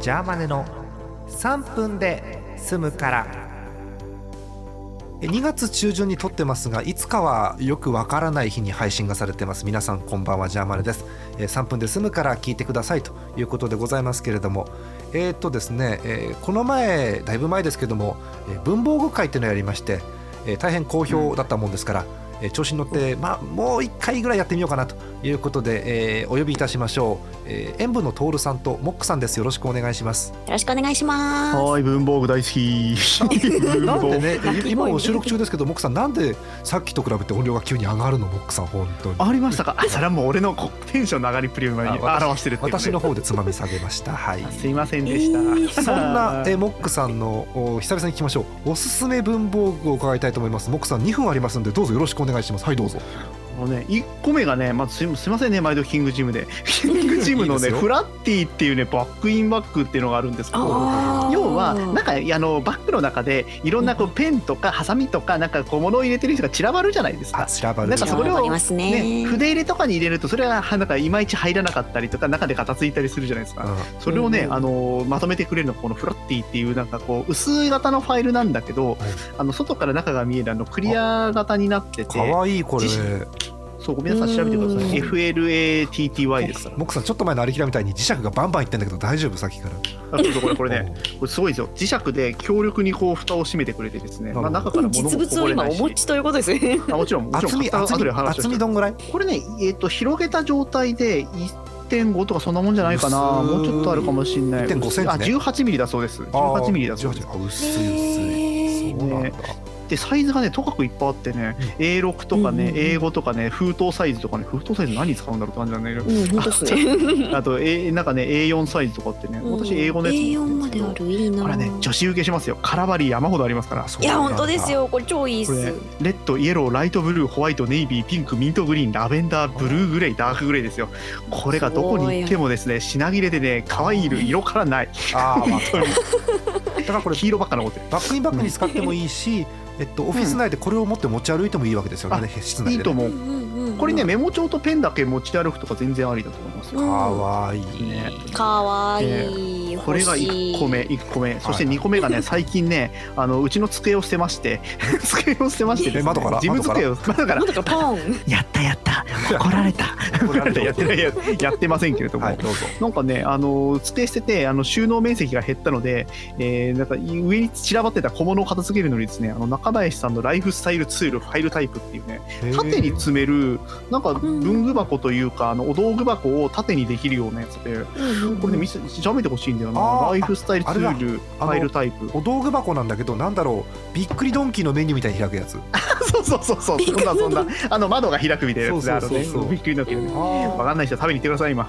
ジャーマネの3分で済むからえ2月中旬に撮ってますがいつかはよくわからない日に配信がされてます皆さんこんばんはジャーマネですえー3分で済むから聞いてくださいということでございますけれどもえーっとですね、えーこの前だいぶ前ですけども、えー文房具会っていうのをやりまして、えー大変好評だったもんですから、えー調子に乗って、まあ、もう1回ぐらいやってみようかなということで、えーお呼びいたしましょう、えー、演武の徹さんとモックさんですよろしくお願いしますよろしくお願いします。はーい、文房具大好き。文なん房で具。ね泣、き声今も収録中ですけど、モックさん、なんでさっきと比べて音量が急に上がるの、モックさん、本当に。ありましたか。あ、それはもう俺のこテンションの上がりっぷりを今あに私表してるっていうことで私の方でつまみ下げました。はい。あすいませんでした。えそーん なえモックさんのお久々に聞きましょう。おすすめ文房具を伺いたいと思います。モックさん、2分ありますんで、どうぞよろしくお願いします。はい、どうぞ。もうね、一個目がね、まあ、すいすいませんね、毎度キングジムで。キングジムいいのでね、すよフラッティっていうね、バックインバッグっていうのがあるんですけど。あー要はなんかあのバッグの中でいろんなこうペンとかハサミとかなんか小物を入れてる人が散らばるじゃないですあ、か。散らばる。なんかそこれをありますね。ね、筆入れとかに入れるとそれははなんかいまいち入らなかったりとか中で片付いたりするじゃないですか。うそれをね、うんあのまとめてくれるのがこのフラッティっていうなんかこう薄い型のファイルなんだけど、あの外から中が見えるあのクリア型になってん、かてわいい、これ。自そう皆さん調べてくださいうん FLATTY ですからモックさん、ちょっと前のアリキラみたいに磁石がバンバンいってんだけど、大丈夫、さっきから。あそうそうこれこれねこれすごいですよ磁石で強力にこう蓋を閉めてくれてですね、まあ、なる中ほから物も実こ物ぼをれ今ないおし持ちということですね。あもちろんもちろん厚み、買った厚後み、で話を厚しみてどんぐらいこれね、えー、と広げた状態で1.5とかそんなもんじゃないかな薄いもうちょっとあるかもしれない1.5センチねあ18ミリだそうですあー18ミリだそうです18あ薄い、薄い。へーそうなんだ。でサイズがねとかくいっぱいあってね、A6 とかうんね、うんうん A5 とかね封筒サイズとかね封筒サイズ何に使うんだろうって感じなんだけど、うん、本当ですね。あと、A、なんかね A4 サイズとかあってね私英語のやつ A4 持まっでてるあんですけどるいいな。これはね女子受けしますよ空張り山ほどありますからそういや本当ですよ。これ超いいっす。これレッドイエローライトブルーホワイトネイビーピンクミントグリーンラベンダーブルーグレイダークグレイですよこれがどこに行ってもですね品切れでね可愛い色か らないああ、ま本あ当にだからこれ黄色ばっか残ってるバックインバッグに使ってもいい し、えっと、オフィス内でこれを持って持ち歩いてもいいわけですよね、室内で、ね。いいと思うこれねうんメモ帳とペンだけ持ち歩くとか全然ありだと思いますよかわいい。ねかわいい。これが1個目欲しい1個目そしてはい2個目 がね最近ねあのうちの机を捨てまして 机を捨てましてですねえ窓から自分机を窓からなんだかポン。やったやった怒られた怒られた やってないややってませんけれども、はい、どうぞ。なんかね、あの机捨ててあの収納面積が減ったので、えーなんか上に散らばってた小物を片付けるのにですねあの中林さんのライフスタイルツールファイルタイプっていうね縦に詰めるなんか文具箱というかあのお道具箱を縦にできるようなやつでこれね見せ調べてほしいんだよあーなライフスタイルツあールフあのァイルタ イプお道具箱なんだけど、なんだろう、びっくりドンキーのメニューみたいに開くやつ。そうそうそうそうそんなそんな あの窓が開くみたいなやつであそのねうそうそうそうびっくりのけどねあわかんない人は食べに行ってください今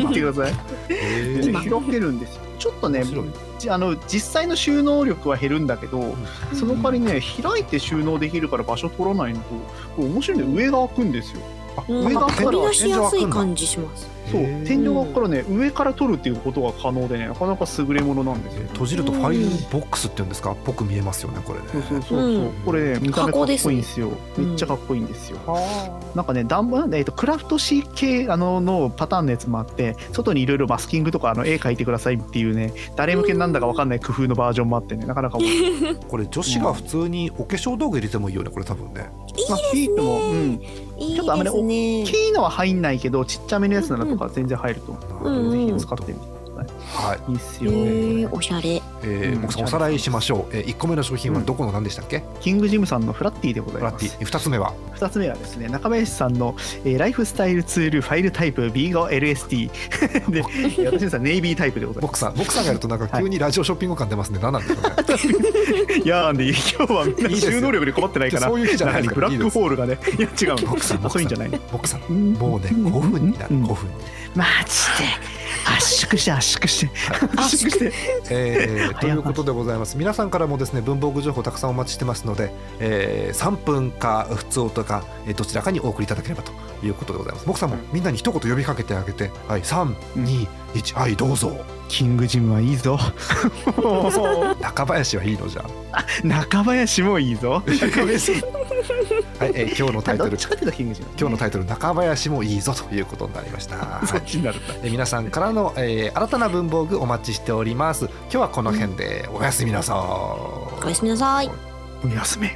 行ってくださいえでね広げるんですよちょっとね面白いじあの実際の収納力は減るんだけどその代わりね開いて収納できるから場所取らないのとこれ面白いんで上が開くんですようん上が開くか取らり出しやすい感じします。そうへー天井側からね上から取るっていうことが可能でねなかなか優れものなんですよ閉じるとファイルボックスっていうんですか、っぽく見えますよね、これね。そうそうそうそう、うんこれね見た目かっ箱こいでいすねんですようんめっちゃかっこいいんですよ、はなんかね暖房えっとクラフト紙系あののパターンのやつもあって外にいろいろマスキングとかあの絵描いてくださいっていうね誰向けになんだかわかんない工夫のバージョンもあってねなかなか面白いあ、これ女子が普通にお化粧道具入れてもいいよね、これ多分ね。まあ、フィートも、うん、いいちょっとあんまりですね大。きいのは入んないけど、ちっちゃめのやつならとか全然入ると思うので、うんうんぜひ使ってみてくださはい、い。いいっすへよーね。おしゃれ。えー、僕さんおさらいしましょう。えー、1個目の商品はどこの何でしたっけ？キングジムさんのフラッティでございラまッテす。ィ。2つ目は二つ目はですね、中林さんの、えーライフスタイルツールファイルタイプ B5LSD で、えー私のさネイビータイプでございボまクさん、ボクさんがやるとなんか急にラジオショッピング感出ますね。何なんですかね。す。いやーで今日はみんな収納力に困ってないから、そういう日じゃない中でにすかブら。ラックホールがね、いや違うボクさんの、あそういうんじゃない。ボクさん、うんもうね、5分になる。うん5分。マジで圧縮して圧縮して圧縮して。えー話ということでございます皆さんからもですね文房具情報たくさんお待ちしてますので、えー3分か普通音かえーどちらかにお送りいただければということでございます僕さんもみんなに一言呼びかけてあげて、はい、321はいどうぞキングジムはいい ぞ。中林はいいのじゃあ中林もいいぞ。中林はい、えー今日のタイトどっルちかっていうとヒングジなんだね今日のタイトル「中林もいいぞ」ということになりました。はいそっちになるんだ。えー皆さんからの、えー新たな文房具お待ちしております。今日はこの辺でおやすみなさい。おやすみなさい。おやすみ。